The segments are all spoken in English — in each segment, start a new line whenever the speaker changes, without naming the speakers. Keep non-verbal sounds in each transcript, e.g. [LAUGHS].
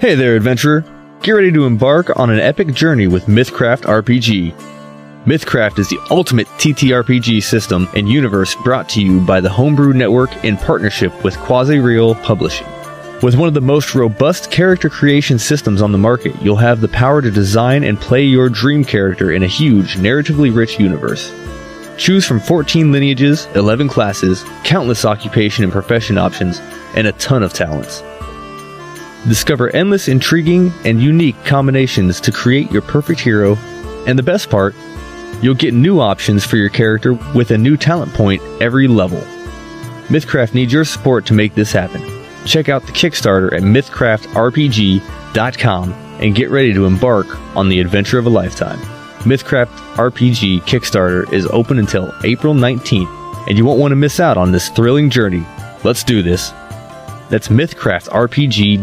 Hey there, adventurer! Get ready to embark on an epic journey with Mythcraft RPG. Mythcraft is the ultimate TTRPG system and universe brought to you by the Homebrew Network in partnership with Quasi Real Publishing. With one of the most robust character creation systems on the market, you'll have the power to design and play your dream character in a huge, narratively rich universe. Choose from 14 lineages, 11 classes, countless occupation and profession options, and a ton of talents. Discover endless, intriguing, and unique combinations to create your perfect hero, and the best part, you'll get new options for your character with a new talent point every level. Mythcraft needs your support to make this happen. Check out the Kickstarter at mythcraftrpg.com and get ready to embark on the adventure of a lifetime. Mythcraft RPG Kickstarter is open until April 19th, and you won't want to miss out on this thrilling journey. Let's do this. That's mythcraftrpg.com.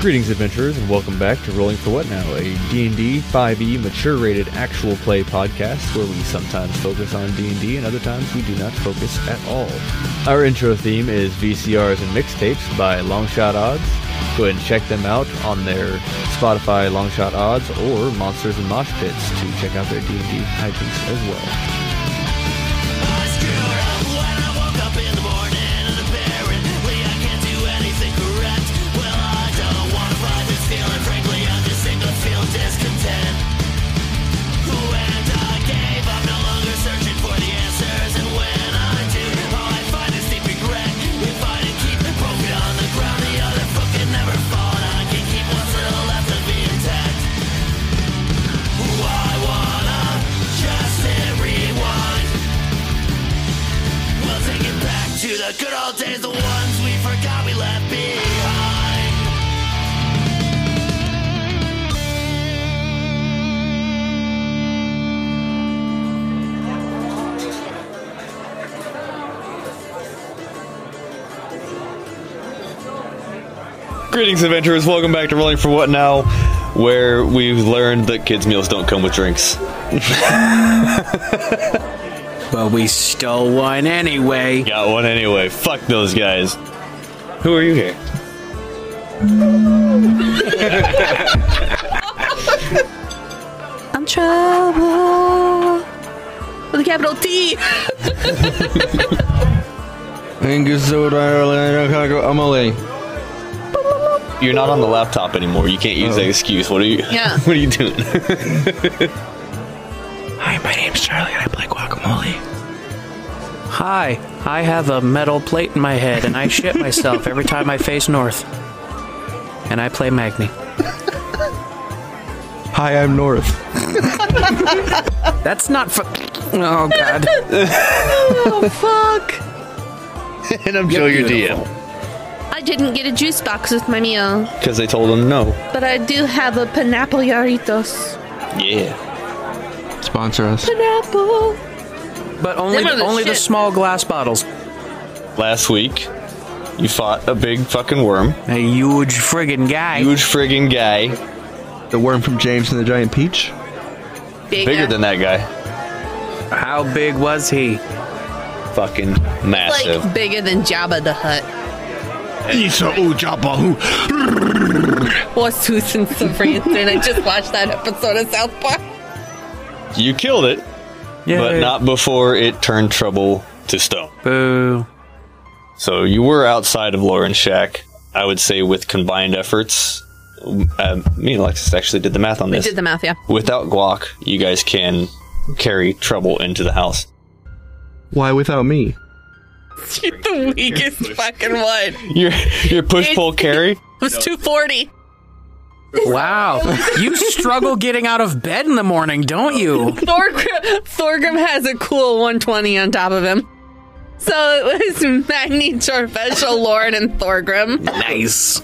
Greetings, adventurers, and welcome back to Rolling for What Now, a D&D 5e mature-rated E actual play podcast where we sometimes focus on D&D and other times we do not focus at all. Our intro theme is VCRs and mixtapes by Longshot Odds. Go ahead and check them out on their Spotify Longshot Odds or Monsters and Mosh Pits to check out their D&D hijinks as well.
To the good old days, the ones we forgot we left behind.
Greetings, adventurers. Welcome back to Rolling for What Now, where we've learned that kids' meals don't come with drinks.
But we stole one anyway.
Got one anyway. Fuck those guys. Who are you here?
I'm trouble with a capital T.
You're not on the laptop anymore. You can't use that excuse. What are you?
Yeah.
[LAUGHS] What are you doing?
Hi, my name's Charlie and I play guacamole. Hi, I have a metal plate in my head and I shit myself every time I face north. And I play Magni.
Hi, I'm North.
That's not fu- Oh god.
oh fuck!
and I'm Joe, your
beautiful.
DM,
I didn't get a juice box with my meal,
because they told him no.
but I do have a pineapple yarritos.
Yeah.
Sponsor us.
Pineapple.
But only
Them are the
only the
shit.
small glass bottles.
Last week, you fought a big fucking worm,
A huge friggin' guy.
huge friggin' guy,
The worm from James and the Giant Peach.
Bigger,
bigger than that guy.
How big was he?
Fucking
like
massive.
bigger than Jabba the Hutt.
Isa Ujabahu.
Horsetooth and Savannah. I just watched that episode of South Park.
you killed it,
Yeah.
but not before it turned trouble to stone.
Boo.
So you were outside of Lauren Shack, I would say, with combined efforts. Um, me and Alexis actually did the math on
We
this.
did the math, yeah.
Without Glock, you guys can carry trouble into the house. [LAUGHS]
Why without me?
You're the weakest fucking one.
Your your push pull carry.
It was 240.
Wow. you struggle getting out of bed in the morning, don't you?
Thorgrim, Thorgrim has a cool 120 on top of him. So it was Magni, Charveshal, Lauren, and Thorgrim.
Nice.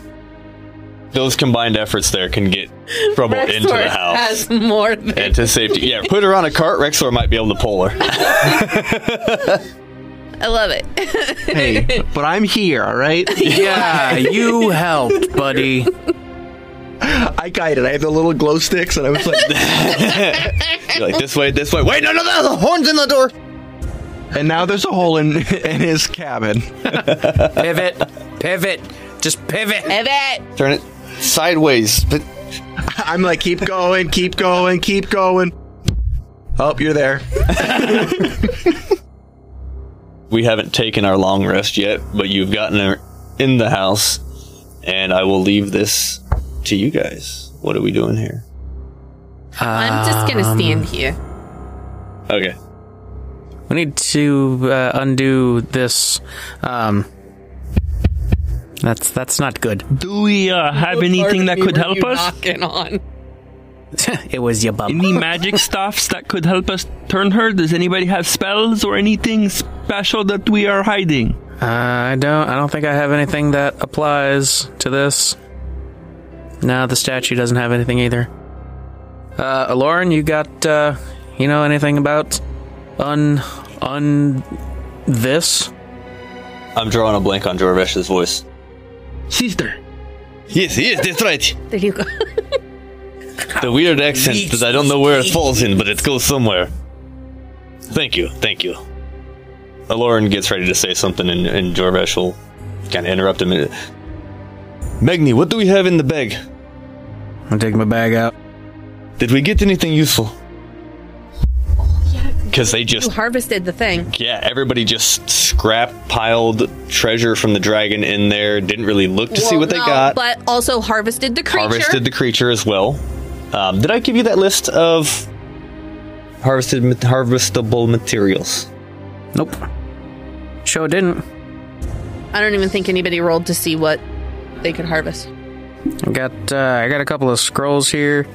Those combined efforts there can get trouble into the
Rexxor
house
has more than
and to safety. Yeah, put her on a cart. Rexler might be able to pull her.
I love it.
[LAUGHS] Hey, but I'm here, all right?
Yeah, you helped, buddy.
I guided. I had the little glow sticks, and I was like,
You're like this way, this way. Wait, no, no, no, the horn's in the door.
and now there's a hole in in his cabin.
Pivot, pivot, just pivot.
Evet.
Turn it sideways. But
I'm like, keep going, keep going, keep going. Oh, you're there.
we haven't taken our long rest yet. But you've gotten her in the house, and I will leave this to you guys. What are we doing here?
I'm just
Um,
gonna stand here.
Okay.
We need to uh, undo this. Um, that's that's not good. [LAUGHS]
Do we uh, have
What
anything
part
that
of me
could
were
help
you
us?
Knocking on.
it was your bum.
Any magic stuffs that could help us turn her? Does anybody have spells or anything special that we are hiding?
Uh, I don't. I don't think I have anything that applies to this. No, the statue doesn't have anything either. Uh, Lauren, you got uh, you know anything about un un this?
I'm drawing a blank on Jorvesh's voice.
Sister.
Yes, yes, that's right.
There you go.
The weird accent that I don't know where it falls in, but it goes somewhere. Thank you, thank you. Aloran gets ready to say something, and, and Jorvesh will kind of interrupt him. Magni, what do we have in the bag?
I'll take my bag out.
Did we get anything useful? Because they just
You harvested the thing.
yeah, everybody just scrap piled treasure from the dragon in there. Didn't really look to see
Well,
what they
no,
got.
But also harvested the creature.
harvested the creature as well. Um, did I give you that list of harvested ma- harvestable materials?
Nope. Sure didn't.
I don't even think anybody rolled to see what they could harvest.
I got uh, I got a couple of scrolls here.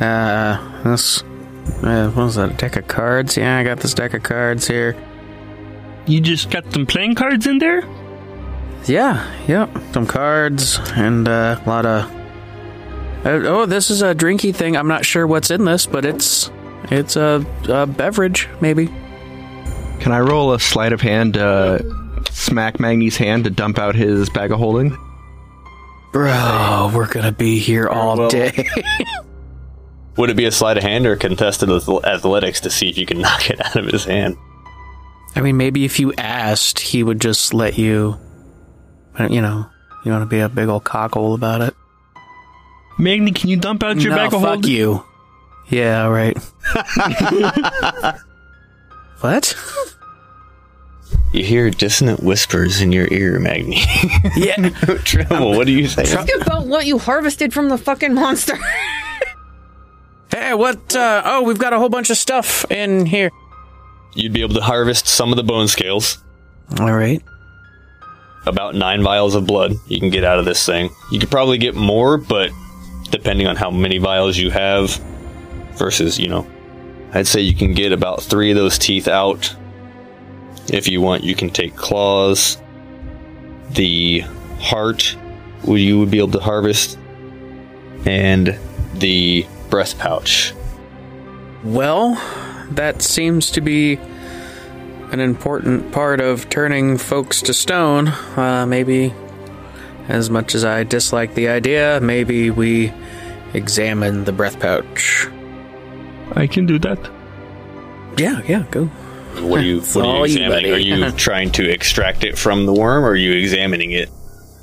Uh, this uh, what was that? A deck of cards? Yeah, I got this deck of cards here.
You just got some playing cards in there?
Yeah, yep. Some cards and uh, a lot of. Uh, oh, this is a drinky thing. I'm not sure what's in this, but it's it's a, a beverage, maybe.
Can I roll a sleight of hand to smack Magni's hand to dump out his bag of holding?
Bro, we're gonna be here all day. [LAUGHS]
Would it be a sleight of hand or contested ath- athletics to see if you can [LAUGHS] knock it out of his hand?
I mean, maybe if you asked, he would just let you. but, You know, you want to be a big old cockhole about it.
Magni, can you dump out your
no,
bag of
fuck
holding?
you. Yeah, all [LAUGHS] right. what?
You hear dissonant whispers in your ear, Magni. [LAUGHS]
Yeah.
Tremble, what do you say?
About what you harvested from the fucking monster.
Hey, what? Uh, oh, we've got a whole bunch of stuff in here.
You'd be able to harvest some of the bone scales,
All right.
about nine vials of blood you can get out of this thing. You could probably get more, but depending on how many vials you have versus, you know, I'd say you can get about three of those teeth out. If you want, you can take claws. The heart w- you would be able to harvest, and the breath pouch.
Well, that seems to be an important part of turning folks to stone. Uh, maybe, as much as I dislike the idea, maybe we examine the breath pouch.
I can do that.
Yeah, yeah, go.
What are you,
It's
what are you
all you,
examining? are
buddy.
[LAUGHS]
you trying to extract it from the worm, or are you examining it?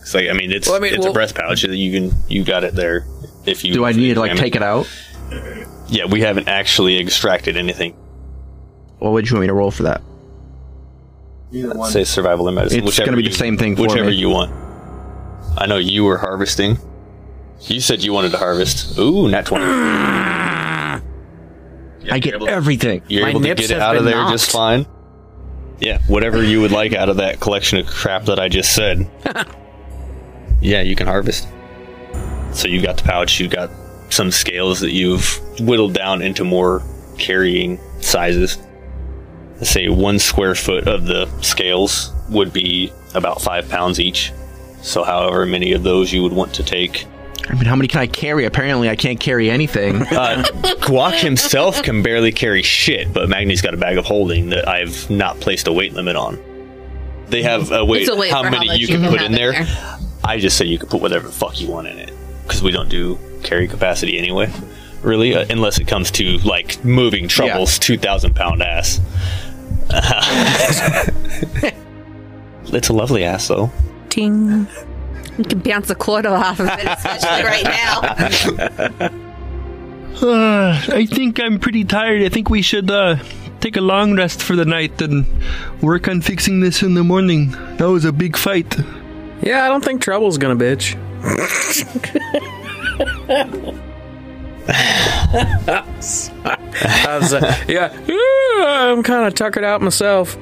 It's like I mean, it's
Well, I mean,
it's
well-
a breath pouch. You can you got it there. If you
Do I need to like
examine-
take it out?
Yeah, we haven't actually extracted anything.
What would you want me to roll for that?
Let's say survival and medicine.
It's
whichever
gonna be
you-
the same thing for
Whichever
me.
you want. I know you were harvesting. You said you wanted to harvest. Ooh, not twenty.
I get everything.
You're
My
able to
nips
get it
have
out of
been
there just fine. Yeah, whatever you would like out of that collection of crap that I just
[LAUGHS]
said. yeah, you can harvest. So you got the pouch, you got some scales that you've whittled down into more carrying sizes. Let's say one square foot of the scales would be about five pounds each. So however many of those you would want to take.
I mean, how many can I carry? Apparently, I can't carry [LAUGHS] anything.
Uh, Guac himself can barely carry shit, but Magni's got a bag of holding that I've not placed a weight limit on. They have a weight,
It's a weight
how
for
many
much
you can put
have
in there. I just say you can put whatever the fuck you want in it. because we don't do carry capacity anyway, really, uh, unless it comes to like moving Trouble's two thousand pound ass. it's a lovely ass though.
Ting.
You can bounce a quarter off of it, especially right now.
Uh, I think I'm pretty tired. I think we should uh, take a long rest for the night and work on fixing this in the morning. That was a big fight.
Yeah, I don't think Trouble's gonna [LAUGHS] bitch. I was, uh, yeah, yeah, I'm kind of tuckered out myself.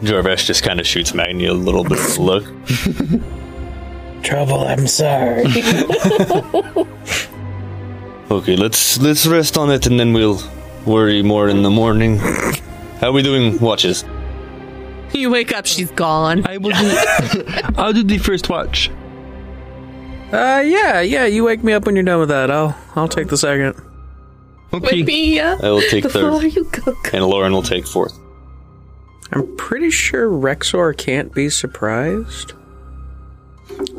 Jorvesh just kind of shoots Magni a little bit of a look.
Trouble, I'm sorry.
Okay, let's let's rest on it and then we'll worry more in the morning. How we doing, watches?
You wake up, she's gone.
I will do. [LAUGHS] I'll do the first watch.
[LAUGHS] Uh, yeah, yeah. You wake me up when you're done with that. I'll, I'll take the second.
Okay.
me up
I will take third,
you go. [LAUGHS]
and Lauren will take fourth.
I'm pretty sure Rexor can't be surprised.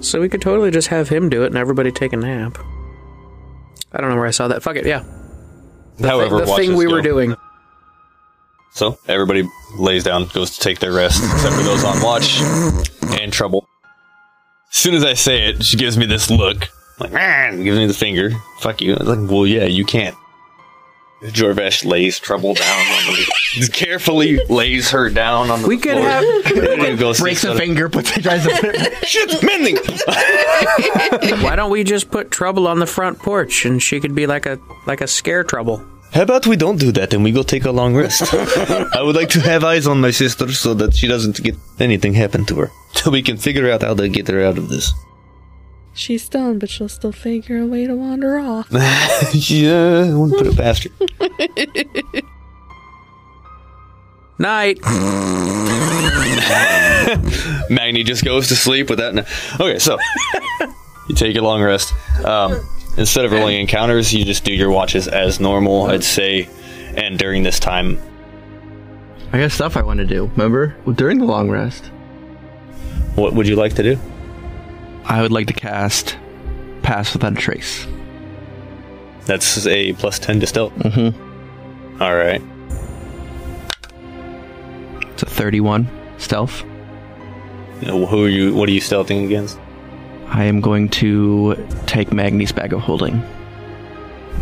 So we could totally just have him do it and everybody take a nap. I don't know where I saw that. Fuck it, yeah.
However,
the
watches
thing we
go.
were doing.
So everybody lays down, goes to take their rest, except for those on watch and trouble. As soon as I say it, she gives me this look, like man, gives me the finger. Fuck you. I was like, well, yeah, you can't. Jorvesh lays trouble down on the carefully lays her down on the
We could
floor.
have-
[LAUGHS] have goes to
Breaks a
settle-
finger, puts it, tries to.
Shit's mending.
Why don't we just put Trouble on the front porch and she could be like a like a scare Trouble?
How about we don't do that and we go take a long rest? [LAUGHS] I would like to have eyes on my sister so that she doesn't get anything happen to her. [LAUGHS] So we can figure out how to get her out of this. [LAUGHS]
She's done, but she'll still figure a way to wander off.
yeah, I wouldn't put it past her.
Night.
Magni just goes to sleep without. N- okay, so [LAUGHS] you take a long rest. Um, instead of rolling encounters, you just do your watches as normal, I'd say. And during this time,
[LAUGHS] I got stuff I want to do. Remember during the long rest,
what would you like to do?
I would like to cast Pass Without a Trace.
That's a plus 10 to stealth. Mm-hmm. All right.
It's a 31 stealth.
Now, Who are you? What are you stealthing against?
I am going to take Magni's bag of holding.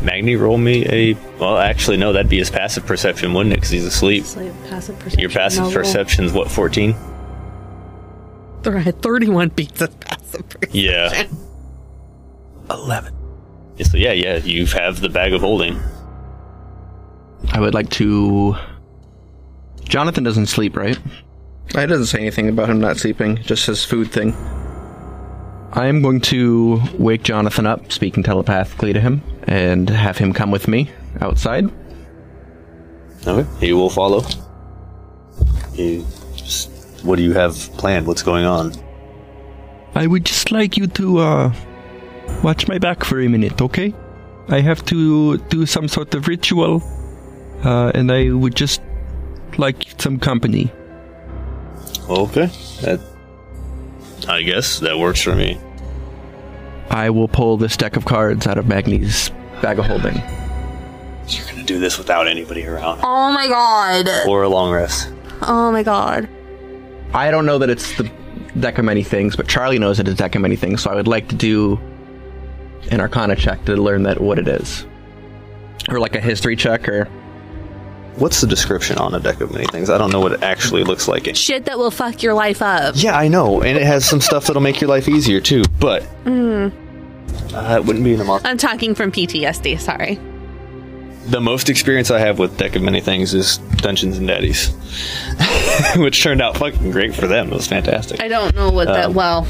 Magni, roll me a. Well, actually, no, that'd be his passive perception, wouldn't it? Because he's asleep.
passive perception.
Your passive perception's what, 14?
Thirty-one beats of passive perception.
Yeah.
11.
So, yeah, yeah, you have the bag of holding.
I would like to. Jonathan doesn't sleep, right? It doesn't say anything about him not sleeping, just his food thing. I am going to wake Jonathan up, speaking telepathically to him, and have him come with me outside.
Okay. He will follow. He just, what do you have planned? What's going on?
I would just like you to uh, watch my back for a minute, okay? I have to do some sort of ritual, uh, and I would just like some company.
Okay. That, I guess that works for me.
I will pull this deck of cards out of Magni's bag of holding.
You're going to do this without anybody around.
Oh my god.
Or a long rest.
Oh my god.
I don't know that it's the deck of many things, but Charlie knows it is deck of many things, so I would like to do an arcana check to learn that what it is. Or like a history check or
What's the description on a deck of many things? I don't know what it actually looks like.
Shit that will fuck your life up.
Yeah, I know, and it has some stuff that'll make your life easier too. But Mm. uh, it wouldn't be in the market.
I'm talking from PTSD, sorry.
The most experience I have with deck of many things is Dungeons and Daddies, [LAUGHS] which turned out fucking great for them. It was fantastic.
I don't know what that.
Um.
Well,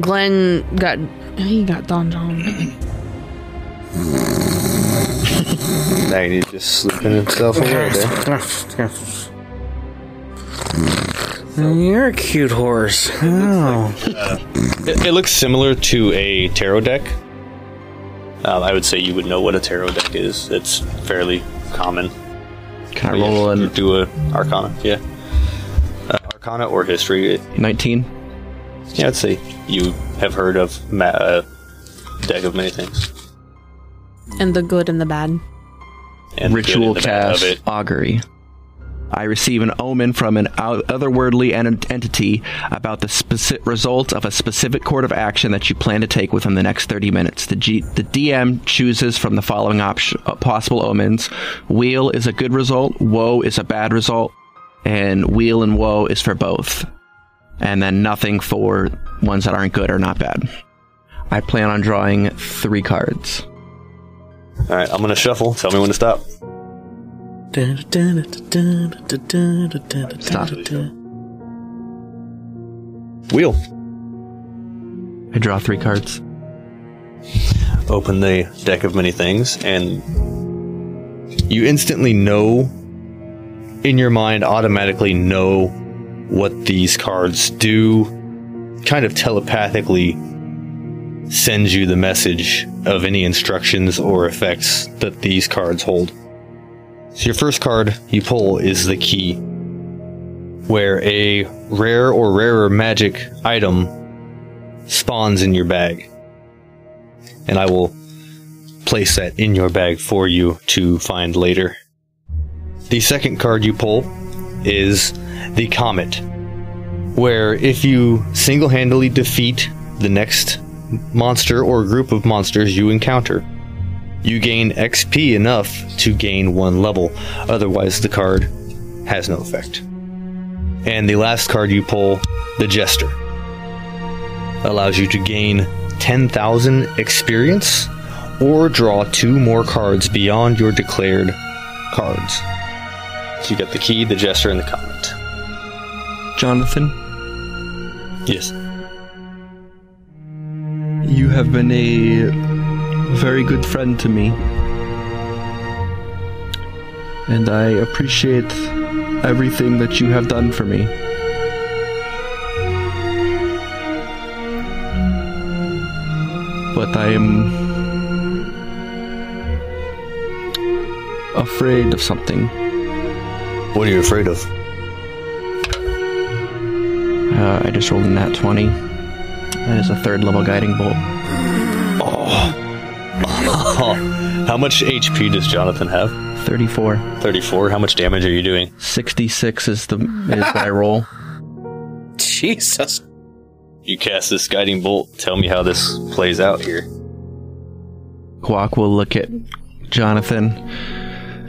Glenn got he got donjon.
Magni's just sleeping himself away there.
You're a cute horse. Oh.
It, it looks similar to a tarot deck. Um, I would say you would know what a tarot deck is. It's fairly common.
can I roll
Yeah,
an
do a Arcana, yeah. Uh, Arcana or History.
19?
Yeah, I'd say you have heard of ma- uh, deck of many things.
And the good and the
[LAUGHS]
bad.
And the good
Ritual
and the bad
cast augury. I receive an omen from an out- otherworldly en- entity about the speci- result of a specific course of action that you plan to take within the next 30 minutes. The, G- the DM chooses from the following op- uh, possible omens Wheel is a good result, Woe is a bad result, and Wheel and Woe is for both. And then nothing for ones that aren't good or not bad. I plan on drawing three cards.
All right, I'm gonna shuffle. Tell me when to stop.
Stop.
Wheel.
I draw three cards.
Open the deck of many things, and you instantly know, in your mind, automatically know what these cards do. Kind of telepathically sends you the message of any instructions or effects that these cards hold. So, your first card you pull is the key, where a rare or rarer magic item spawns in your bag. And I will place that in your bag for you to find later. The second card you pull is the Comet, where if you single handedly defeat the next monster or group of monsters you encounter, you gain XP enough to gain one level. Otherwise, the card has no effect. And the last card you pull, the Jester, allows you to gain 10,000 experience or draw two more cards beyond your declared cards. So you got the key, the Jester, and the Comet.
Jonathan,
Yes.
you have been a very good friend to me. And I appreciate everything that you have done for me. But I am afraid of something.
What are you afraid of?
Uh, I just rolled a nat 20. That is a third level guiding bolt.
How much HP does Jonathan have?
34.
34. How much damage are you doing?
66 is the is what I roll.
Jesus.
You cast this guiding bolt. Tell me how this plays out here.
Quack will look at Jonathan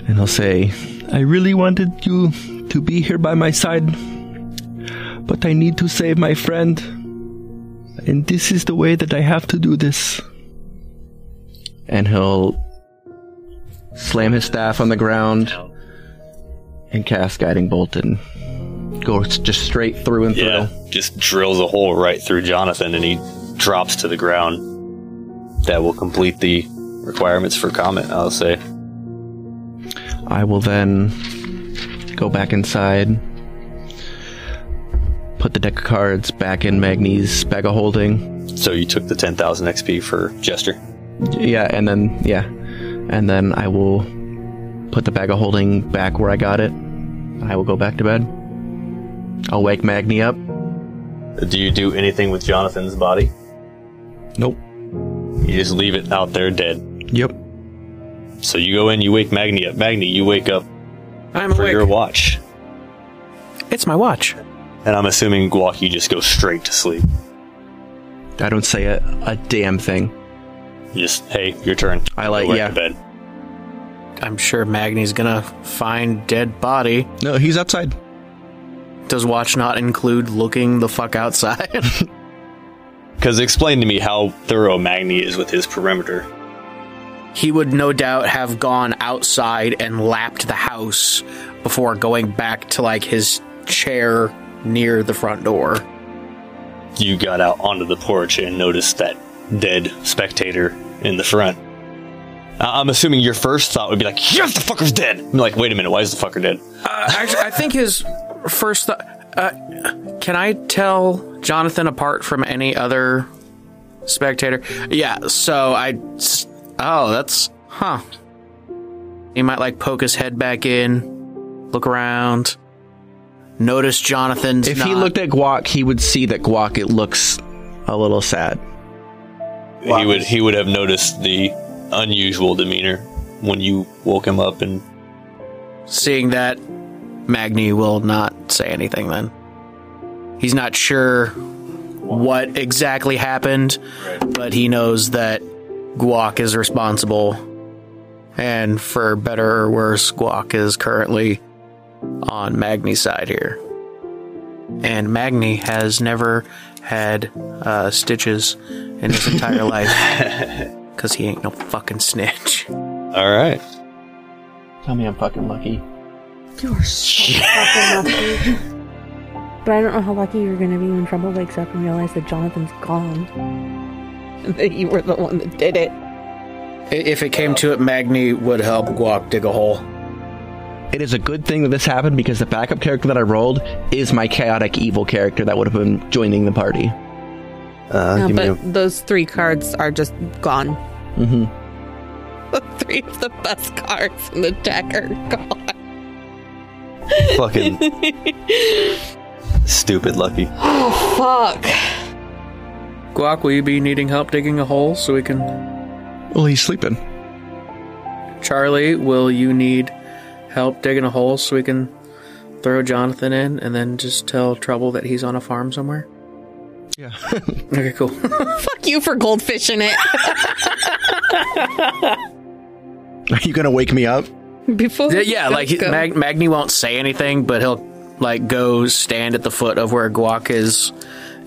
and he'll say,
I really wanted you to be here by my side, but I need to save my friend. And this is the way that I have to do this.
and he'll slam his staff on the ground and cast guiding bolt and go s- just straight through and through.
Just drills a hole right through Jonathan and he drops to the ground. That will complete the requirements for Comet, I'll say.
I will then go back inside, put the deck of cards back in Magni's bag of holding.
So you took the 10,000 XP for Jester.
Yeah, and then, yeah. And then I will put the bag of holding back where I got it. I will go back to bed. I'll wake Magni up.
Do you do anything with Jonathan's body?
Nope.
You just leave it out there dead.
Yep.
So you go in, you wake Magni up. Magni, you wake up
I'm
for your
awake.
watch.
It's my watch.
And I'm assuming Guak, you just go straight to sleep.
I don't say a, a damn thing.
You just, hey, your turn.
I like-
Go right
yeah.
to bed.
I'm sure Magni's gonna find dead body.
No, he's outside.
Does watch not include looking the fuck outside?
Because explain to me how thorough Magni is with his perimeter.
he would no doubt have gone outside and lapped the house before going back to like his chair near the front door.
You got out onto the porch and noticed that dead spectator in the front. I- I'm assuming your first thought would be like, yes, the fucker's dead. I'm like, wait a minute, why is the fucker dead?
Uh, actually, I think his first thought. Uh, can I tell Jonathan apart from any other spectator? Yeah. So I. s- Oh, that's huh. He might like poke his head back in, look around, Notice Jonathan's.
If he looked at Guac, he would see that Guac it looks a little sad.
He would he would have noticed the unusual demeanor when you woke him up and
Seeing that, Magni will not say anything then. He's not sure what exactly happened, but he knows that Guac is responsible. And for better or worse, Guac is currently on Magni's side here. And Magni has never had uh, stitches in his entire life because he ain't no fucking snitch.
all right.
Tell me I'm fucking lucky.
You're so fucking lucky. But I don't know how lucky you're gonna be when Trumbull wakes up and realizes that Jonathan's gone.
And [LAUGHS] that you were the one that did it.
I- If it came to it, Magni would help Guac dig a hole.
It is a good thing that this happened because the backup character that I rolled is my chaotic evil character that would have been joining the party.
Uh,
No,
give me
but
a,
those three cards are just gone.
Mm-hmm.
[LAUGHS] The three of the best cards in the deck are gone.
[LAUGHS] Fucking stupid lucky.
Oh fuck.
Guac, will you be needing help digging a hole so we can?
Well, he's sleeping.
Charlie, will you need help digging a hole so we can throw Jonathan in and then just tell Trouble that he's on a farm somewhere?
Yeah.
[LAUGHS] Okay, cool.
Fuck you for goldfish in it.
[LAUGHS] Are you gonna wake me up?
Before
Yeah, yeah like he-
Go.
Mag- Magni won't say anything, but he'll like go stand at the foot of where Guac is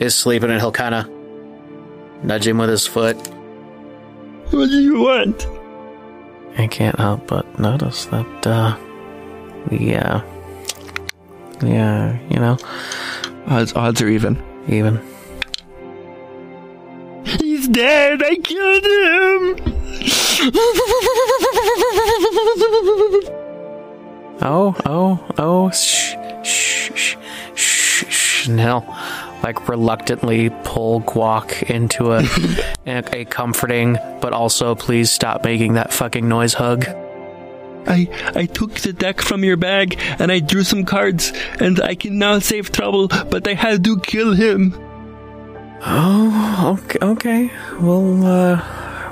is sleeping, and he'll kind of nudge him with his foot.
What do you want?
I can't help but notice that, uh, yeah, yeah, you know,
Odds, odds are even.
even
He's dead. I killed
[LAUGHS]
him.
Oh, oh, oh, shh, shh, shh, shh, shh. And he'll, like, reluctantly pull Guac into [LAUGHS] a, a, a comforting, but also please stop making that fucking noise hug.
I I took the deck from your bag and I drew some cards and I can now save trouble, but I had to kill him.
Oh, okay, okay. We'll, uh,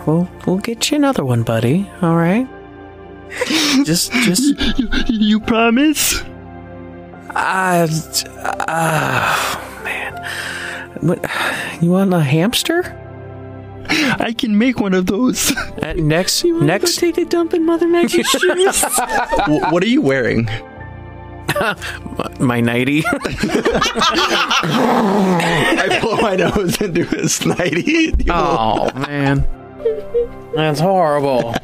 we'll, we'll get you another one, buddy. All right? just, just,
You, you promise?
uh, uh, man. What, you want a hamster?
I can make one
[LAUGHS]
of those.
Uh, next, next,
take a dump in Mother Maggie's shoes.
what are you wearing?
[LAUGHS] my [LAUGHS] nighty.
I blow my nose into his nighty.
[LAUGHS] Uh,
Oh man, that's horrible.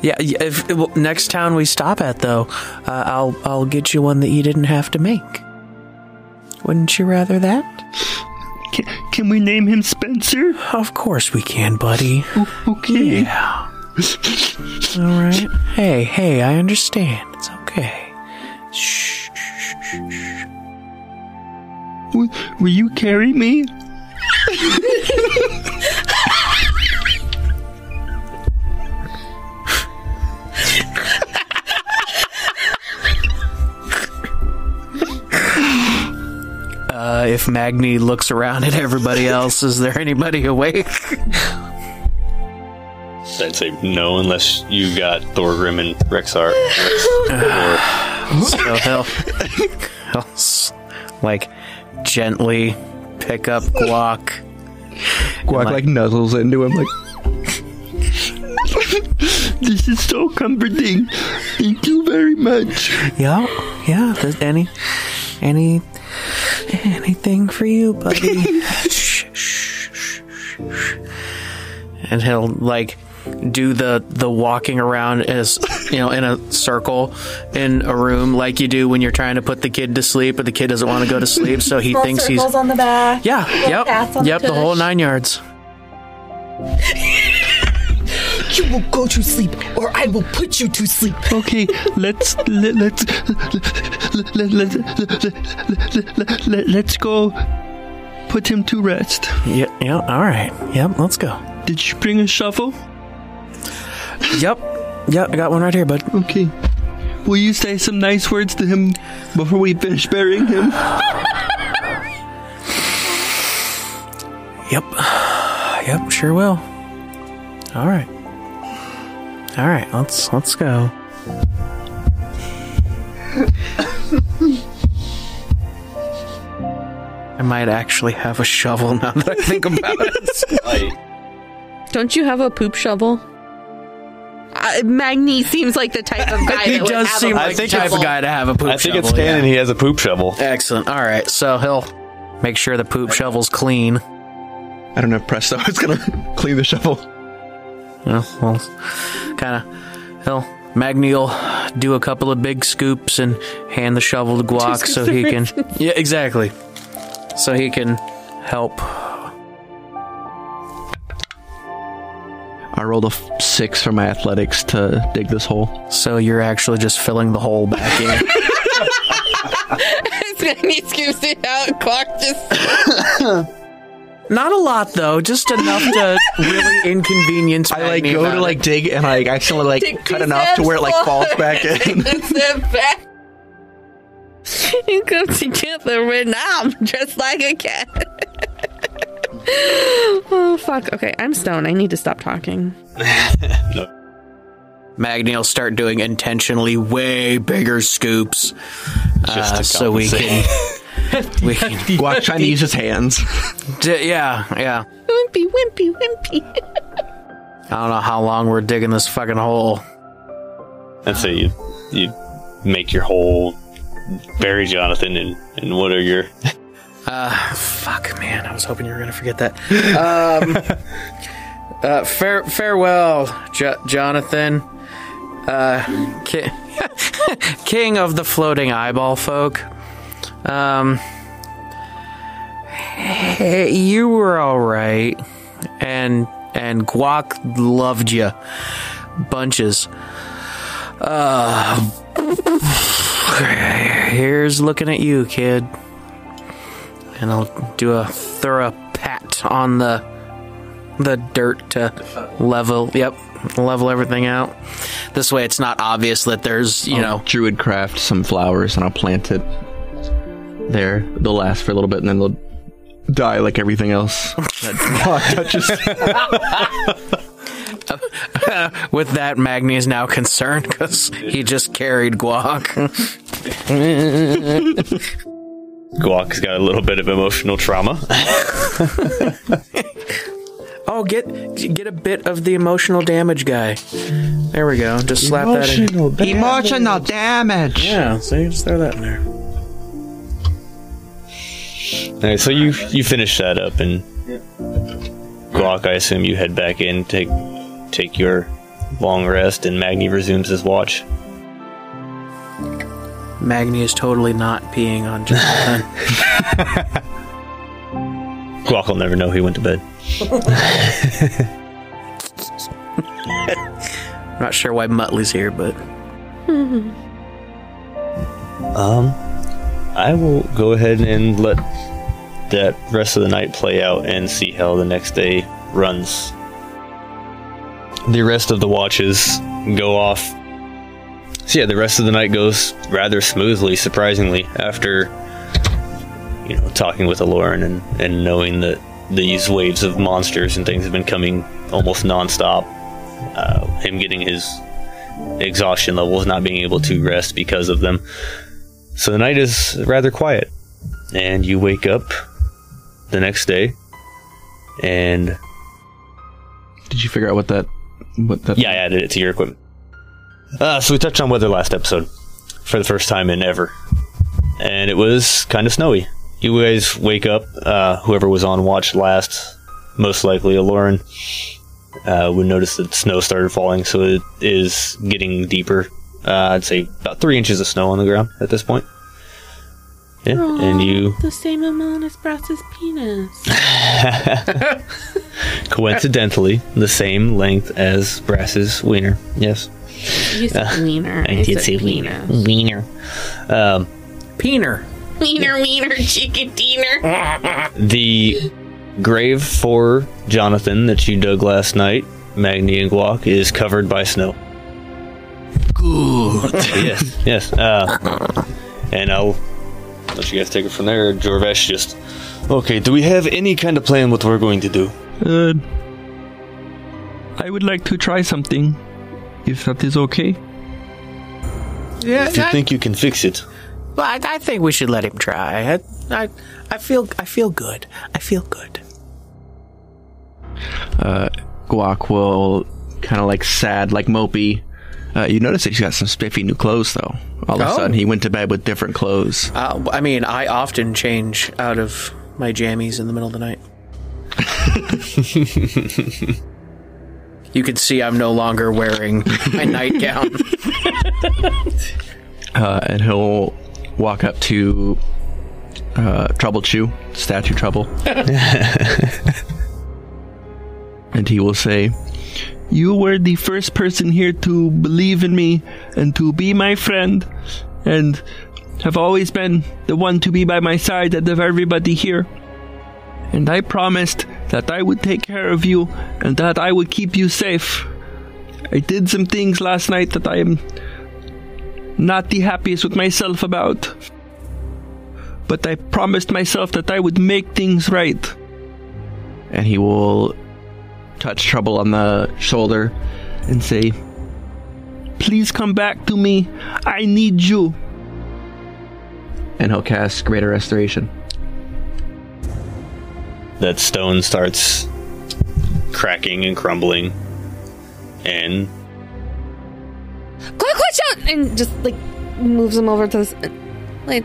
Yeah, y- if well, next town we stop at though, uh, I'll I'll get you one that you didn't have to make. Wouldn't you rather that?
Can, can we name him Spencer?
Of course we can, buddy.
Okay.
Yeah. All right. Hey, hey, I understand. It's okay. Shh. shh, shh, shh.
W- will you carry me?
Uh, if Magni looks around at everybody else, is there anybody awake?
I'd say no unless you got Thorgrim and Rexar. Rex-
So he'll, he'll s- like gently pick up Guac.
Guac like nuzzles into him like.
[LAUGHS] This is so comforting. Thank you very much.
Yeah, yeah. There's any, any, anything for you, buddy. [LAUGHS] Shh, shh, shh, shh. and he'll like do the the walking around as you know in a circle in a room like you do when you're trying to put the kid to sleep, but the kid doesn't want to go to sleep, so he thinks he's
on the back.
yeah,
pats on
yep,
the
yep, the whole
tush.
nine yards.
You will go to sleep, or I will put you to sleep.
Okay, let's let, let's let, let, let, let, let, let, let, let's go put him to rest.
Yep, yeah. All right. Yep. Let's go.
Did you bring a shovel?
Yep. Yep, I got one right here, bud.
Okay. Will you say some nice words to him before we finish burying him?
Yep. [SIGHS] Yep, sure will. All right. All right, let's let's go. I might actually have a shovel [LAUGHS] now that I think about
[LAUGHS]
it.
Don't you have a poop shovel? Uh, Magni seems like the type of guy
he
that would
does
have
seem
a
like
poop
the type
shovel.
of guy to have a poop
I think
shovel.
it's Dan and he has a poop shovel.
Excellent. All right, so he'll make sure the poop shovel's clean.
[LAUGHS] I don't know if Presto is gonna clean the shovel.
Yeah, well, kind of. He'll Magni will do a couple of big scoops and hand the shovel to Guac so he can. [LAUGHS] Yeah, exactly. So he can help.
I rolled a f- six for my athletics to dig this hole.
So you're actually just filling the hole back in.
Magni scoops it out. Clock just.
[LAUGHS] Not a lot though, just enough to really inconvenience. I
like go to like dig and like accidentally like
Take
cut
two
enough to
steps
where it like falls back
forward, [LAUGHS]
[LAUGHS] in.
take a step back. You come together when I'm just like a cat. oh fuck. Okay, I'm stoned. I need to stop talking.
Magni will start doing intentionally way bigger scoops,
Just
uh,
to
so we can.
compensate. [LAUGHS]
we can. [LAUGHS]
Guac trying to use his hands.
D- yeah, yeah.
Wimpy, wimpy, wimpy.
I don't know how long we're digging this fucking hole.
And so you you make your hole, bury Jonathan, and and what are [LAUGHS] your
Uh, fuck, man. I was hoping you were gonna forget that. Um, uh, fare, farewell, jo- Jonathan, uh, ki- king of the floating eyeball folk. Um, hey, you were all right, and and Guac loved you bunches. Uh, here's looking at you, kid and I'll do a thorough pat on the the dirt to level. Yep, level everything out. This way, it's not obvious that there's
Oh.
you know.
druid craft some flowers and I'll plant it there. They'll last for a little bit and then they'll die like everything else. That Guac touches.
With that, Magni is now concerned because he just carried guac.
Guac's got a little bit of emotional trauma?
[LAUGHS] oh, get get a bit of the emotional damage guy. There we go. Just slap that in.
Emotional damage.
Yeah, see, just throw that in there.
All right, so you you finish that up, and Guac, I assume you head back in, take take your long rest, and Magni resumes his watch.
Magni is totally not peeing
[LAUGHS]
on Jonathan.
Guac will never know he went to bed.
I'm not sure why Muttley's here, but
Um, I will go ahead and let that rest of the night play out and see how the next day runs. The rest of the watches go off. So yeah, the rest of the night goes rather smoothly, surprisingly, after you know talking with Aloran and and knowing that these waves of monsters and things have been coming almost nonstop. Uh, him getting his exhaustion levels, not being able to rest because of them. So the night is rather quiet, and you wake up the next day, and
Did you figure out what that? What that?
yeah, I added it to your equipment. Uh, so we touched on weather last episode for the first time in ever, and it was kind of snowy. You guys wake up, uh, whoever was on watch last, most likely Aloran, uh, would notice that snow started falling, so it is getting deeper. Uh, I'd say about three inches of snow on the ground at this point. Yeah, and you
The same amount as Brass's penis.
coincidentally the same length as Brass's wiener. Yes.
You said
Uh,
wiener.
[LAUGHS] I did say wiener. Wiener. Um,
Peener.
Wiener, wiener, chicken diener.
the grave for Jonathan that you dug last night, Magni and Guac, is covered by snow.
good.
[LAUGHS] yes, yes. Uh, and I'll let you guys take it from there. Jorvesh just, okay, do we have any kind of plan what we're going to do?
Uh, I would like to try something, if that is okay.
Yeah,
If you
I-
think you can fix it.
Well, I, I think we should let him try. I, I, I feel, I feel good. I feel good.
Uh, Guac will kind of like sad, like mopey. Uh, you notice that he's got some spiffy new clothes, though. All of a
Oh.
sudden, he went to bed with different clothes.
Uh, I mean, I often change out of my jammies in the middle of the [LAUGHS] night. you can see I'm no longer wearing [LAUGHS] my nightgown.
Uh, and he'll walk up to uh, Trouble Chew, Statue Trouble. and he will say,
You were the first person here to believe in me and to be my friend, and have always been the one to be by my side out of everybody here. And I promised that I would take care of you and that I would keep you safe. I did some things last night that I am not the happiest with myself about. But I promised myself that I would make things right.
and he will touch Trouble on the shoulder and say,
Please come back to me. I need you.
and he'll cast Greater Restoration.
That stone starts cracking and crumbling. And
[LAUGHS] Quick, watch out! And just like moves him over to this. Like,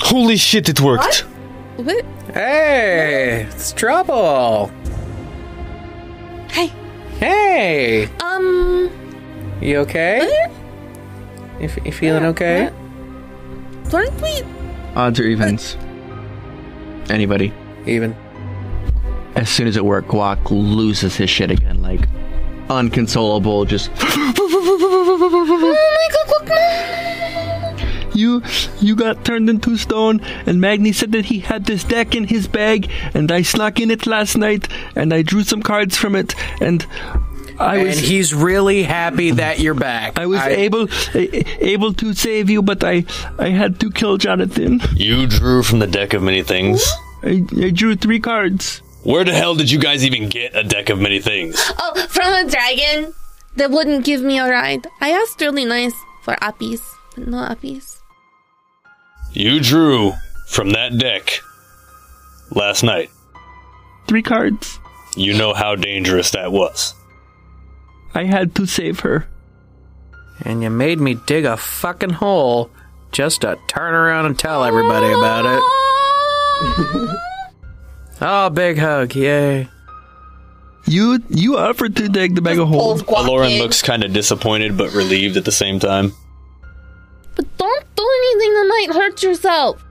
holy shit, it worked!
what?
Hey, it's trouble.
Hey.
Hey,
Um.
you okay? You, f- you feeling okay?
Weren't we?
Odds or evens? Anybody?
Even.
As soon as it worked, Guac loses his shit again, like unconsolable, just [GASPS]
You you got turned into stone and Magni said that he had this deck in his bag and I snuck in it last night and I drew some cards from it and I was
and he's really happy that you're [LAUGHS] back.
I was able a- able to save you but I I had to kill Jonathan.
You drew from the deck of many things.
I, I drew three cards.
Where the hell did you guys even get a deck of many things?
Oh, from a dragon that wouldn't give me a ride. I asked really nice for uppies, but no uppies.
You drew from that deck last night.
Three cards.
You know how dangerous that was.
I had to save her.
And you made me dig a fucking hole just to turn around and tell everybody about it.
Ah!
oh, big hug, yay.
You you offered to dig the bag of holes.
Lauren looks kind of disappointed but relieved at the same time.
But don't do anything that might hurt yourself.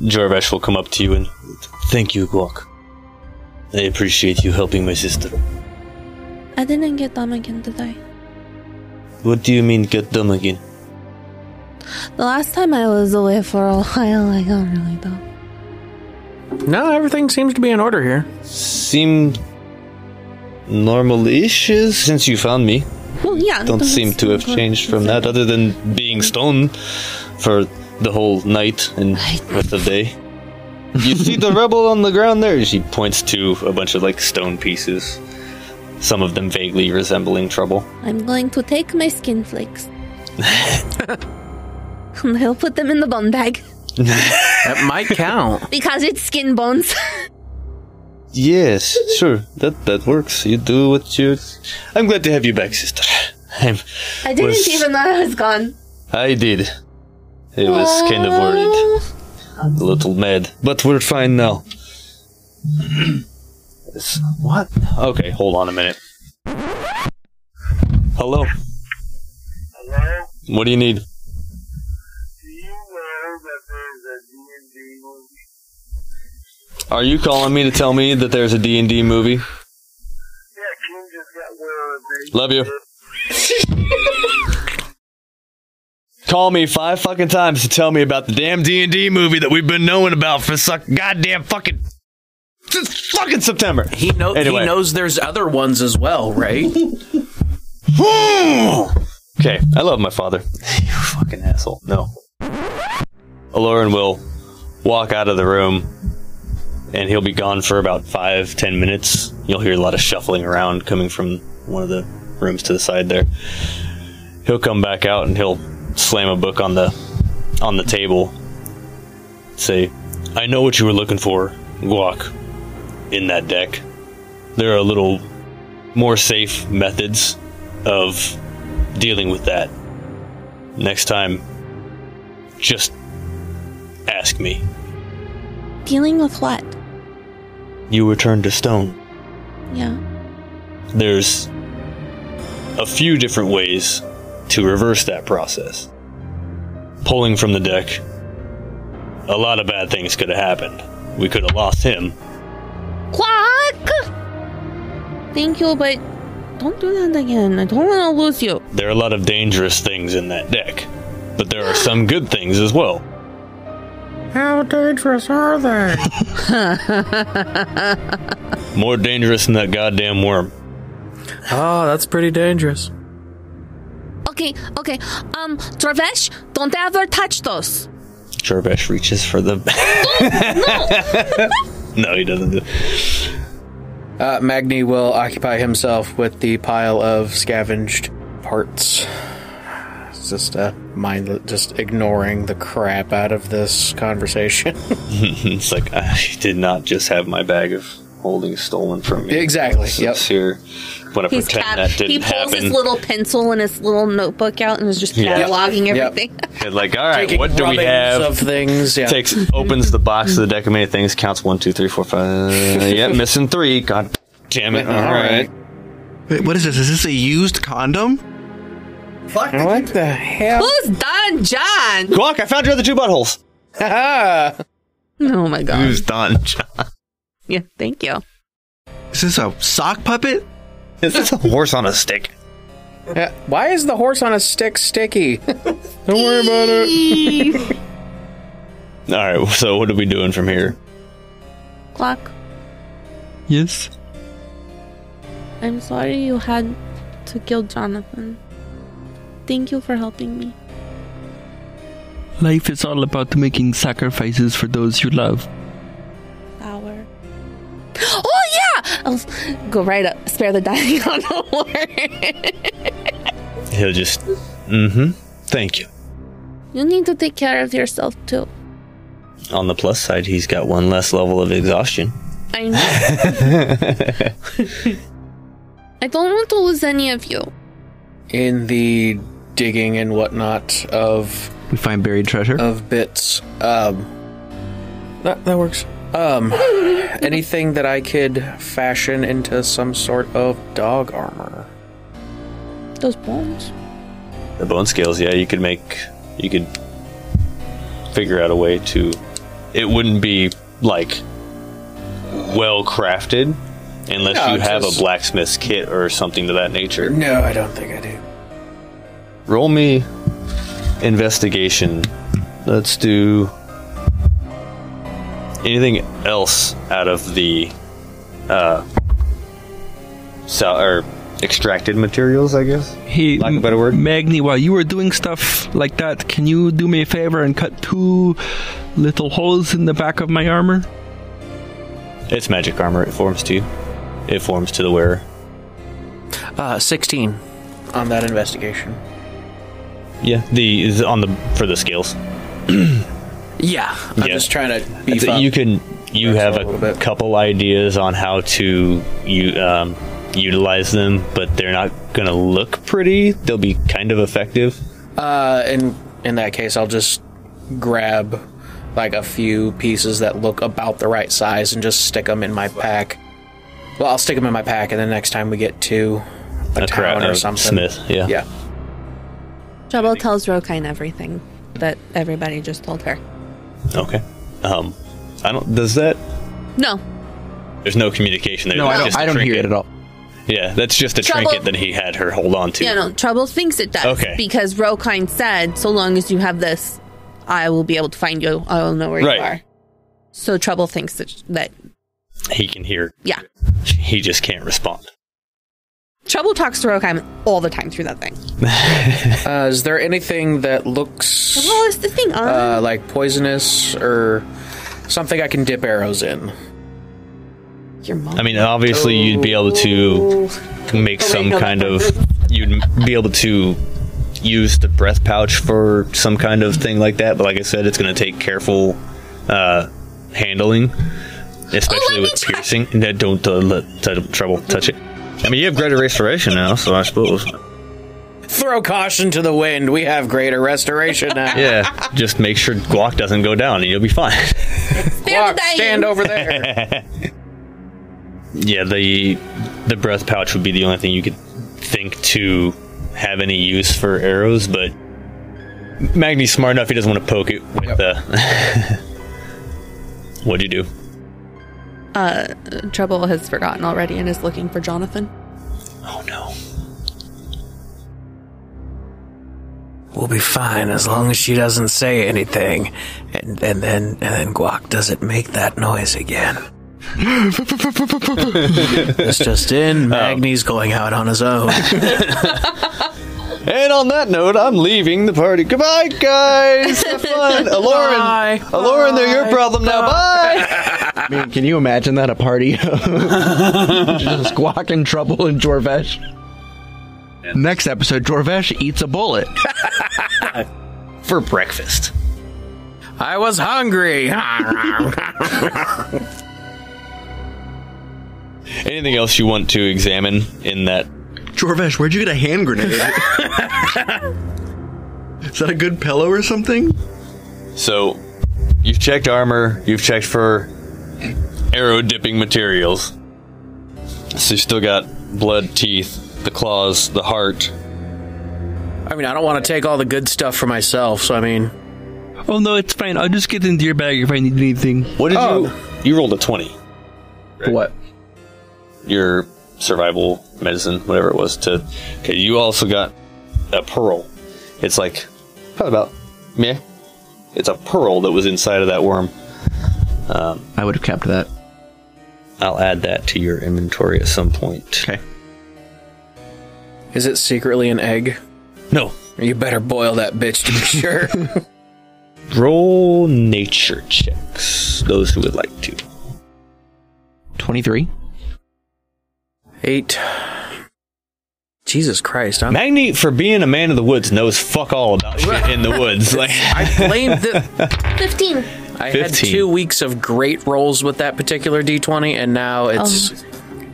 Jorvesh will come up to you and thank you, Guok. I appreciate you helping my sister.
I didn't get dumb again today.
What do you mean get dumb again?
The last time I was away for a while, I got really dumb.
No, everything seems to be in order here.
Seem normal-ish is since you found me.
Well, yeah. it
Don't
doesn't
seem to have
good. Mm.
changed from that, other than being stoned for the whole night and rest of the day. You see the rebel on the ground there. She points to a bunch of like stone pieces, some of them vaguely resembling trouble.
I'm going to take my skin [LAUGHS] flakes. and I'll put them in the bone bag
That might count.
because it's skin bones.
Yes, sure. That that works. You do what you. I'm glad to have you back, sister. I'm,
[LAUGHS] I didn't
Was-
even know I was gone.
I did. I was kind of worried, a little mad, but we're fine now. [CLEARS THROAT] It's- what? Okay, hold on a minute. Hello.
Hello?
What do you need?
Do you know that there's a D&D movie?
Are you calling me to tell me that there's a D&D movie?
Yeah, King just got word they
Love you. [LAUGHS] Call me five fucking times to tell me about the damn D&D movie that we've been knowing about for suck goddamn fucking since fucking September.
He knows.
Anyway.
He knows there's other ones as well, right?
Hmm. Okay, I love my father. [LAUGHS] you fucking asshole. No. Aloran will walk out of the room and he'll be gone for about five, ten minutes. You'll hear a lot of shuffling around coming from one of the rooms to the side there. He'll come back out and he'll slam a book on the on the table. Say, I know what you were looking for, Guac, in that deck. There are little more safe methods of dealing with that. Next time, just ask me.
Dealing with what?
You return to stone.
Yeah.
There's a few different ways to reverse that process. Pulling from the deck, a lot of bad things could have happened. We could have lost him.
Quack! Thank you, but don't do that again. I don't want to lose you.
There are a lot of dangerous things in that deck, but there are some good things as well.
How dangerous are they?
More dangerous than that goddamn worm.
Oh, that's pretty dangerous.
okay, okay. Um, Dravesh, don't ever touch those.
Jervesh reaches for the.
[LAUGHS]
no, he doesn't. Do
Uh, Magni will occupy himself with the pile of scavenged parts. It's just uh, mindless, just ignoring the crap out of this conversation.
it's like I did not just have my bag of holding stolen from me.
Exactly,
Yep. Here, want to
He's
pretend
cap-
that didn't
he pulls
happen.
his little pencil and his little notebook out and is just
Yeah.
cataloging
Yep.
everything. [LAUGHS]
And like, all right,
Taking
what do we
rubbings
have?
of things, yeah.
Takes opens the box of the deck of many things. Counts one, two, three, four,
[LAUGHS]
five. yep, missing three. God damn it! All
All
right.
right. Wait, what is this? Is this a used condom?
Fuck.
What the hell?
[LAUGHS]
[LAUGHS]
Who's Don John?
Glock, I found your other two buttholes.
Ah!
oh my god.
Who's
[LAUGHS]
Don John?
Yeah, thank you.
Is this a sock puppet?
Is this a horse on a stick?
Yeah, why is the horse on a stick sticky? [LAUGHS] Don't worry about it.
All right. So what are we doing from here?
Clock,
Yes.
I'm sorry you had to kill Jonathan. Thank you for helping me.
Life is all about making sacrifices for those you love.
Sour. Oh yeah! I'll s- go right up. Spare the dying [LAUGHS] on the
He'll just. Mm-hmm. Thank you.
you need to take care of yourself too.
On the plus side, he's got one less level of exhaustion.
I know. [LAUGHS] I don't want to lose any of you.
In the digging and whatnot of
we find buried treasure
Uh,
of bits. Um, that that works. Um, [LAUGHS] anything that I could fashion into some sort of dog armor.
Those bones.
The bone scales, yeah, you could make, you could figure out a way to. It wouldn't be like well crafted unless
No,
you have
just-
a blacksmith's kit or something to that nature.
No, I don't think I do.
Roll me investigation. Let's do anything else out of the uh, so or extracted materials, I guess.
Hey, Lack better word. Magni, while you were doing stuff like that, can you do me a favor and cut two little holes in the back of my armor?
It's magic armor. It forms to you. It forms to the wearer.
Uh, 16
on that investigation.
Yeah, the is on the for the scales.
Yeah,
I'm
just trying to beef
That's-
up.
You can you have a, couple ideas on how to you um, utilize them, but they're not gonna look pretty. They'll be kind of effective.
Uh, in in that case, I'll just grab like a few pieces that look about the right size and just stick them in my pack. Well, I'll stick them in my pack, and then next time we get to a,
A cra-
town or
a
something,
smith, yeah.
yeah.
Trouble tells Rokine everything that everybody just told her.
Okay. Um, I don't. Does that?
No,
There's no communication there.
No,
That's
I don't-
just a
I don't hear
trinket.
it at all.
Yeah, that's just a
Trouble-
trinket that he had her hold on to.
Yeah,
No, Trouble thinks it does.
Okay.
Because Rokine said, so long as you have this, I will be able to find you. I will know where
Right.
you are. So Trouble thinks that, that
He can hear.
yeah.
He just can't respond.
Trouble talks to Rokheim all the time through that thing.
uh, is there anything that looks
Well, is the thing on?
uh, like poisonous or something I can dip arrows in?
Your mom.
I mean, obviously, you'd be able to make
Oh, wait,
some
no,
kind of.
that's-
You'd be able to use the breath pouch for some kind of thing like that. But like I said, it's going to take careful uh, handling, especially with piercing. No, don't uh, let uh, trouble touch it. I mean, you have greater restoration now, so I suppose.
Throw caution to the wind. We have greater restoration
[LAUGHS]
now.
Yeah, just make sure Glock doesn't go down, and you'll be fine. [LAUGHS]
Quark, stand over there.
yeah, the the breath pouch would be the only thing you could think to have any use for arrows, but Magni's smart enough; he doesn't want to poke it with the. [LAUGHS] What'd you do?
Uh, Trouble has forgotten already and is looking for Jonathan.
Oh,
We'll be fine as long as she doesn't say anything. And, and then and then Guac doesn't make that noise
[LAUGHS]
again. It's just in.
Oh.
Magni's going out on
[LAUGHS]
his own.
And on that note, I'm leaving the party. Goodbye, guys.
[LAUGHS]
Have fun, Uh, Aloran.
Bye.
Aloran, they're your problem now. Bye.
I mean, can you imagine that a party? [LAUGHS] Just Squawk in trouble and Jorvesh. Next episode, Jorvesh eats a bullet.
[LAUGHS]
For breakfast.
I was hungry.
Anything else you want to examine in that?
Jorvesh, where'd you get a hand
[LAUGHS]
grenade? Is that a good pillow or something?
So, you've checked armor, you've checked for arrow dipping materials. So, you've still got blood, teeth, the claws, the heart.
I mean, I don't want to take all the good stuff for myself, so I mean.
Oh no, it's fine. I'll just get into your bag if I need anything.
What did you? You rolled a 20.
What?
Your survival medicine, whatever it was, to. Okay, you also got a pearl. It's like, how about, meh? It's a pearl that was inside of that worm. Um,
I would have kept that.
I'll add that to your inventory at some point.
Okay.
Is it secretly an egg?
No.
You better boil that bitch to be sure.
[LAUGHS]
Roll nature checks, those who would like to.
23.
Eight. Jesus Christ, I'm.
Magni, for being a man of the woods, knows fuck all about shit in the woods. Like
I blamed the.
15.
I had
15.
two weeks of great rolls with that particular D20, and now it's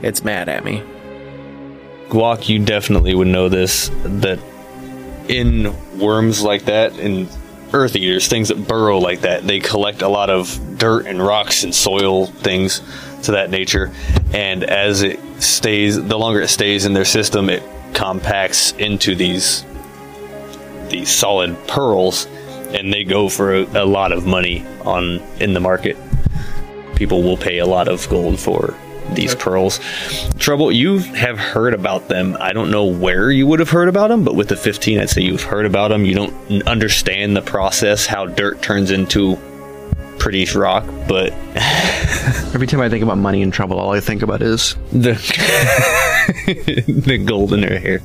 it's mad at me. [LAUGHS]
Guac, you definitely would know this that in worms like that, in earth eaters, things that burrow like that, they collect a lot of dirt and rocks and soil things to that nature. And as it stays, the longer it stays in their system, it compacts into these these solid pearls, and they go for a, a lot of money on in the market. People will pay a lot of gold for these pearls. Trouble, you have heard about them. I don't know where you would have heard about them, but with the 15, I'd say you've heard about them. You don't n- understand the process, how dirt turns into pretty rock, but
Every time I think about money and trouble, all I think about is
the [LAUGHS] the gold in her hair.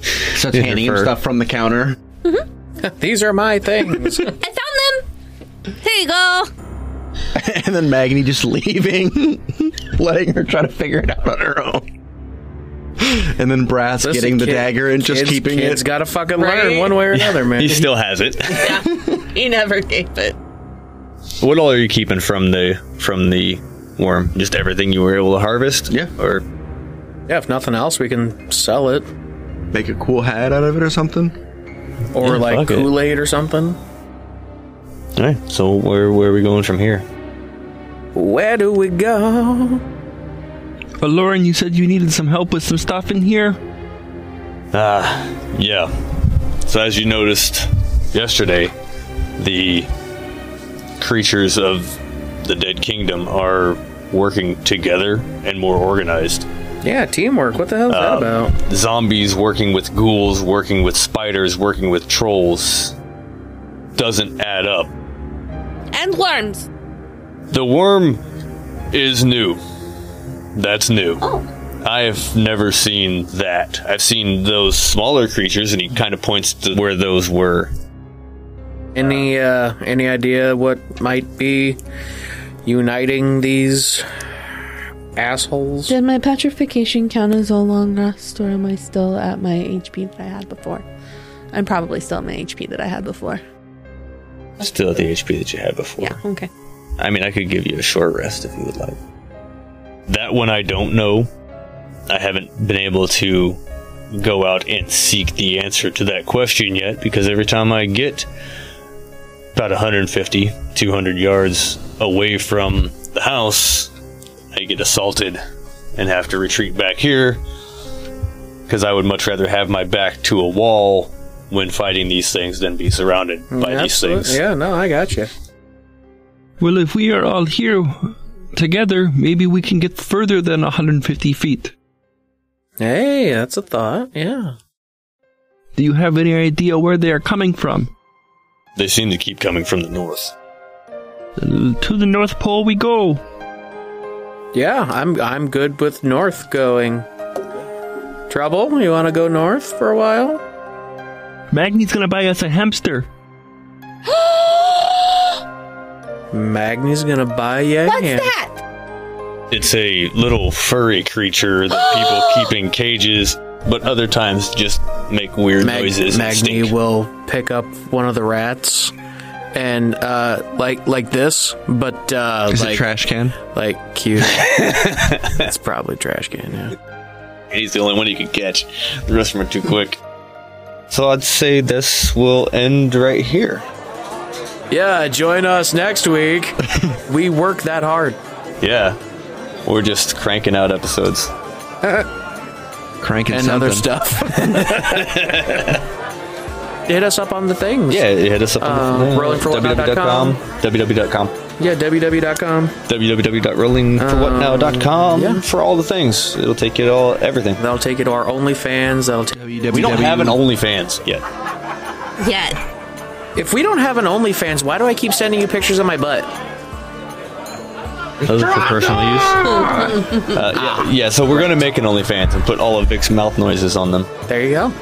Starts
In her
[LAUGHS] handing him
fur.
stuff from the counter. [LAUGHS]
These are my things.
I found them. Here you go.
and then Magni just leaving, [LAUGHS] letting her try to figure it out on her own. And then Brass
Listen,
getting the
kid-
dagger and just
kids-
keeping
kids
it.
gotta fucking learn one way or
[LAUGHS]
another, man. [LAUGHS]
He still has it.
He never gave it.
What all are you keeping from the from the worm? Just everything you were able to harvest? Yeah. Or
Yeah, if nothing else, we can sell it.
Make a cool hat out of it or something.
Or
Yeah,
like
fuck it.
Kool Aid or something.
all right. So where where are we going from here?
Where do we go?
Uh, Lauren, you said you needed some help with some stuff in here.
Ah, yeah. So as you noticed yesterday, the creatures of the dead kingdom are working together and more organized.
Yeah, teamwork. What the hell is that
Um,
about?
Zombies working with ghouls, working with spiders, working with trolls doesn't add up.
And worms.
The worm is new. That's new. I've never seen that. I've seen those smaller creatures, and he kind of points to where those were.
Any uh, any idea what might be uniting these assholes?
Did my petrification count as a long rest, or am I still at my HP that I had before? I'm probably still at my HP that I had before.
Still at the HP that you had before.
Yeah, okay.
I mean, I could give you a short rest if you would like. That one I don't know. I haven't been able to go out and seek the answer to that question yet because every time I get about 150, 200 yards away from the house, I get assaulted and have to retreat back here because I would much rather have my back to a wall when fighting these things than be surrounded by these
Mm, Absolute-
things.
Yeah, no, I got you.
Well, if we are all here together, maybe we can get further than 150 feet.
Hey, that's a thought. Yeah.
Do you have any idea where they are coming from?
They seem to keep coming from the north.
Uh, To the North Pole we go.
Yeah, I'm I'm good with north going. Trouble, you want to go north for a while?
Magni's gonna buy us a hamster.
Magni's gonna buy you. What's that?
It's a little furry creature
[GASPS]
that people keep in cages, but other times just make weird noises. and
Magni
stink.
will pick up one of the rats and uh like like this, but uh
Is it
like,
trash can?
Like
[LAUGHS]
cute. it's probably trash can, yeah.
He's the only one you can catch. The rest of them are too quick. So I'd say this will end right here.
Yeah, join us next week. we work that hard.
Yeah. We're just cranking out episodes.
Cranking
and other stuff. [LAUGHS] Hit us up on the things.
Yeah, hit us up on
Uh, rollingforwhatnot.com.
www.com.
Yeah, www.com.
www.rollingforwhatnow.com for all the things. It'll take you to all everything.
That'll take you to our OnlyFans. That'll take
We don't have an
[LAUGHS]
OnlyFans yet.
Yet.
If we don't have an OnlyFans, why do I keep sending you pictures of my butt?
Those are for personal use. Uh, yeah, yeah, so we're gonna make an OnlyFans and put all of Vic's mouth noises on them.
There you [LAUGHS] go.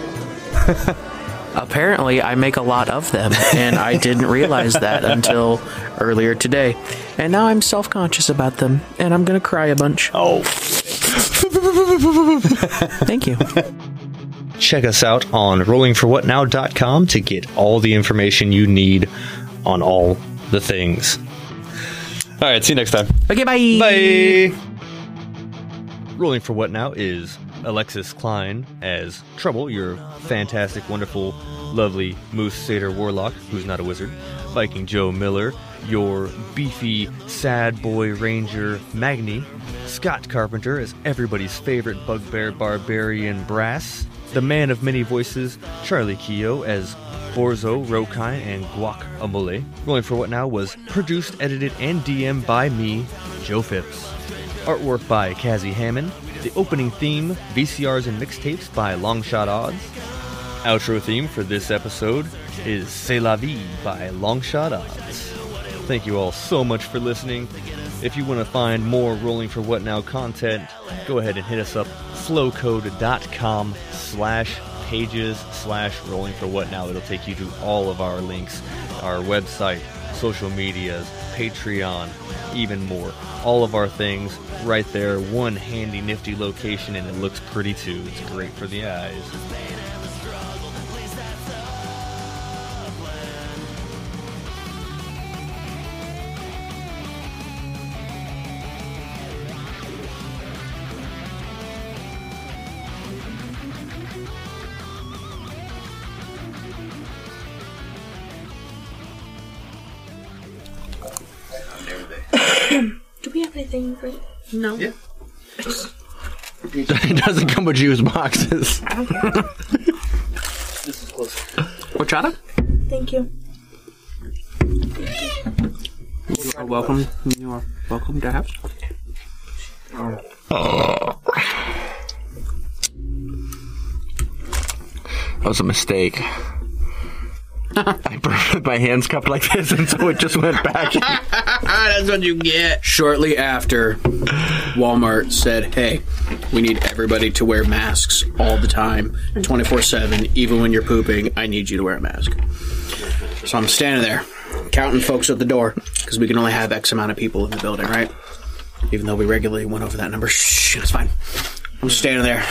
Apparently, I make a lot of them, and I didn't realize [LAUGHS] that until earlier today. And now I'm self conscious about them, and I'm going to cry a bunch.
Oh.
Thank [LAUGHS] you.
Check us out on rollingforwhatnow.com to get all the information you need on all the things. All right, see you next time.
Okay,
bye. Bye. Rolling for What Now is Alexis Klein as Trouble, your fantastic, wonderful, lovely Moose Satyr Warlock, who's not a wizard. Viking Joe Miller, your beefy, sad boy ranger Magni. Scott Carpenter is everybody's favorite bugbear barbarian Brass. The man of many voices, Charlie Keogh, as Borzo, Rokine, and Guac Amole. Rolling for What Now was produced, edited, and DM by me, Joe Phipps. Artwork by Kazzy Hammond. The opening theme, VCRs and mixtapes by Longshot Odds. Outro theme for this episode is C'est la vie by Longshot Odds. Thank you all so much for listening. If you want to find more Rolling for What Now content, go ahead and hit us up flowcode.com slash pages slash rolling for what now. It'll take you to all of our links, our website, social medias, Patreon, even more. All of our things right there, one handy nifty location, and it looks pretty too. It's great for the eyes.
Do we have anything for No. Yeah.
it doesn't come with juice
[LAUGHS]
boxes.
Horchata?
Thank you.
You are welcome. You are welcome to have.
That was
[LAUGHS]
a mistake. I burned my hands cupped like this, and so it just went
[LAUGHS]
back.
That's what you get. Shortly after, Walmart said, hey,
We need everybody to wear masks all the time, 24 7, even when you're pooping. I need you to wear a mask. So I'm standing there, counting folks at the door, because we can only have X amount of people in the building, right? Even though we regularly went over that number. Shh, it's fine. I'm standing there,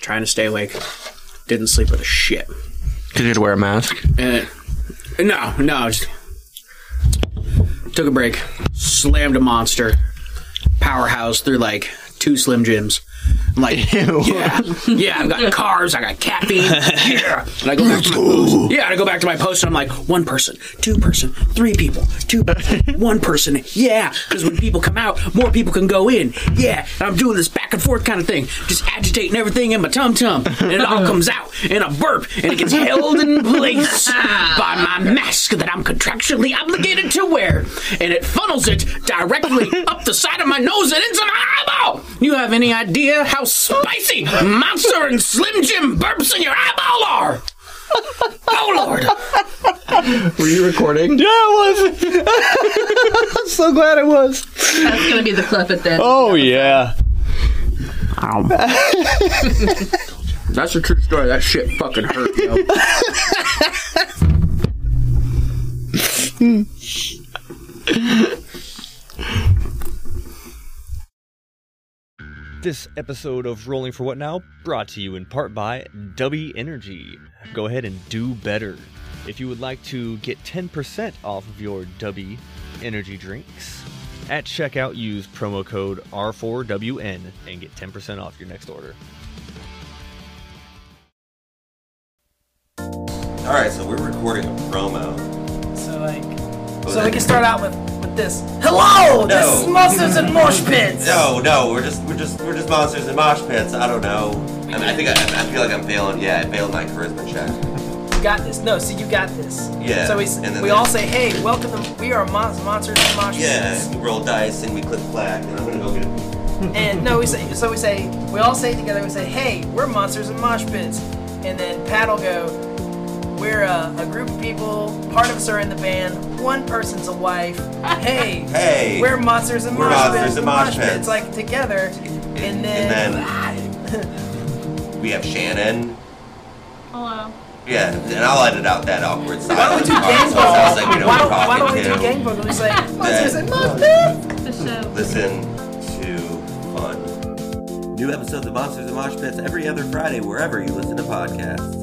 trying to stay awake. Didn't sleep with a shit.
Because you had to wear a mask.
And uh, no, no. Just took a break, slammed a monster, powerhouse through like two Slim Jims. I'm like, yeah, yeah, I've got carbs, I got caffeine, yeah. And I go back to my post. Yeah, and I go back to my post, and I'm like, one person, two person, three people, two person, one person, yeah. Because when people come out, more people can go in, yeah. And I'm doing this back and forth kind of thing, just agitating everything in my tum tum, and it all comes out in a burp, and it gets held in place by my mask that I'm contractually obligated to wear, and it funnels it directly up the side of my nose and into my eyeball. You have any idea how spicy Monster and Slim Jim burps in your eyeball are? Oh Lord!
Were you recording?
Yeah, I was. I'm so glad I was.
That's gonna be the clip at the end.
Oh yeah.
That's a true story. That shit fucking hurt. Yo.
This episode of Rolling for What Now brought to you in part by W Energy. Go ahead and do better. If you would like to get 10% off of your W Energy drinks, at checkout use promo code R4WN and get 10% off your next order.
All right, so we're recording a promo.
So like, so we can start out with with this. Hello, this is
No.
Monsters and Mosh Pits.
No, no, we're just we're just we're just monsters and mosh pits. I don't know. I mean, I think I, I feel like I'm failing. Yeah, I failed my charisma check.
You got this. No, see, you got this.
Yeah,
So we
and then
we
they-
all say, hey, welcome. To, we are mon- Monsters and Mosh
Yeah,
Pits.
we roll dice and we click flag, and I'm gonna go get a
And no, we say. So we say. We all say together. We say, hey, we're Monsters and Mosh Pits. And then Pat will go. We're a, a group of people. Part of us are in the band. One person's a wife. Hey,
Hey.
we're monsters and
We're
mosh
Monsters
pits.
and Mosh Pits.
It's like together, and
and
then
[LAUGHS] We have Shannon.
hello.
Yeah, and I'll edit out that awkward silence.
Why don't we do gang
It sounds like we know
vocals? Why
we're
don't, why don't we
talking
do
to.
gang vocals? We say monsters and mosh pits. The show.
Listen to fun. New episodes of Monsters and Mosh Pits every other Friday, wherever you listen to podcasts.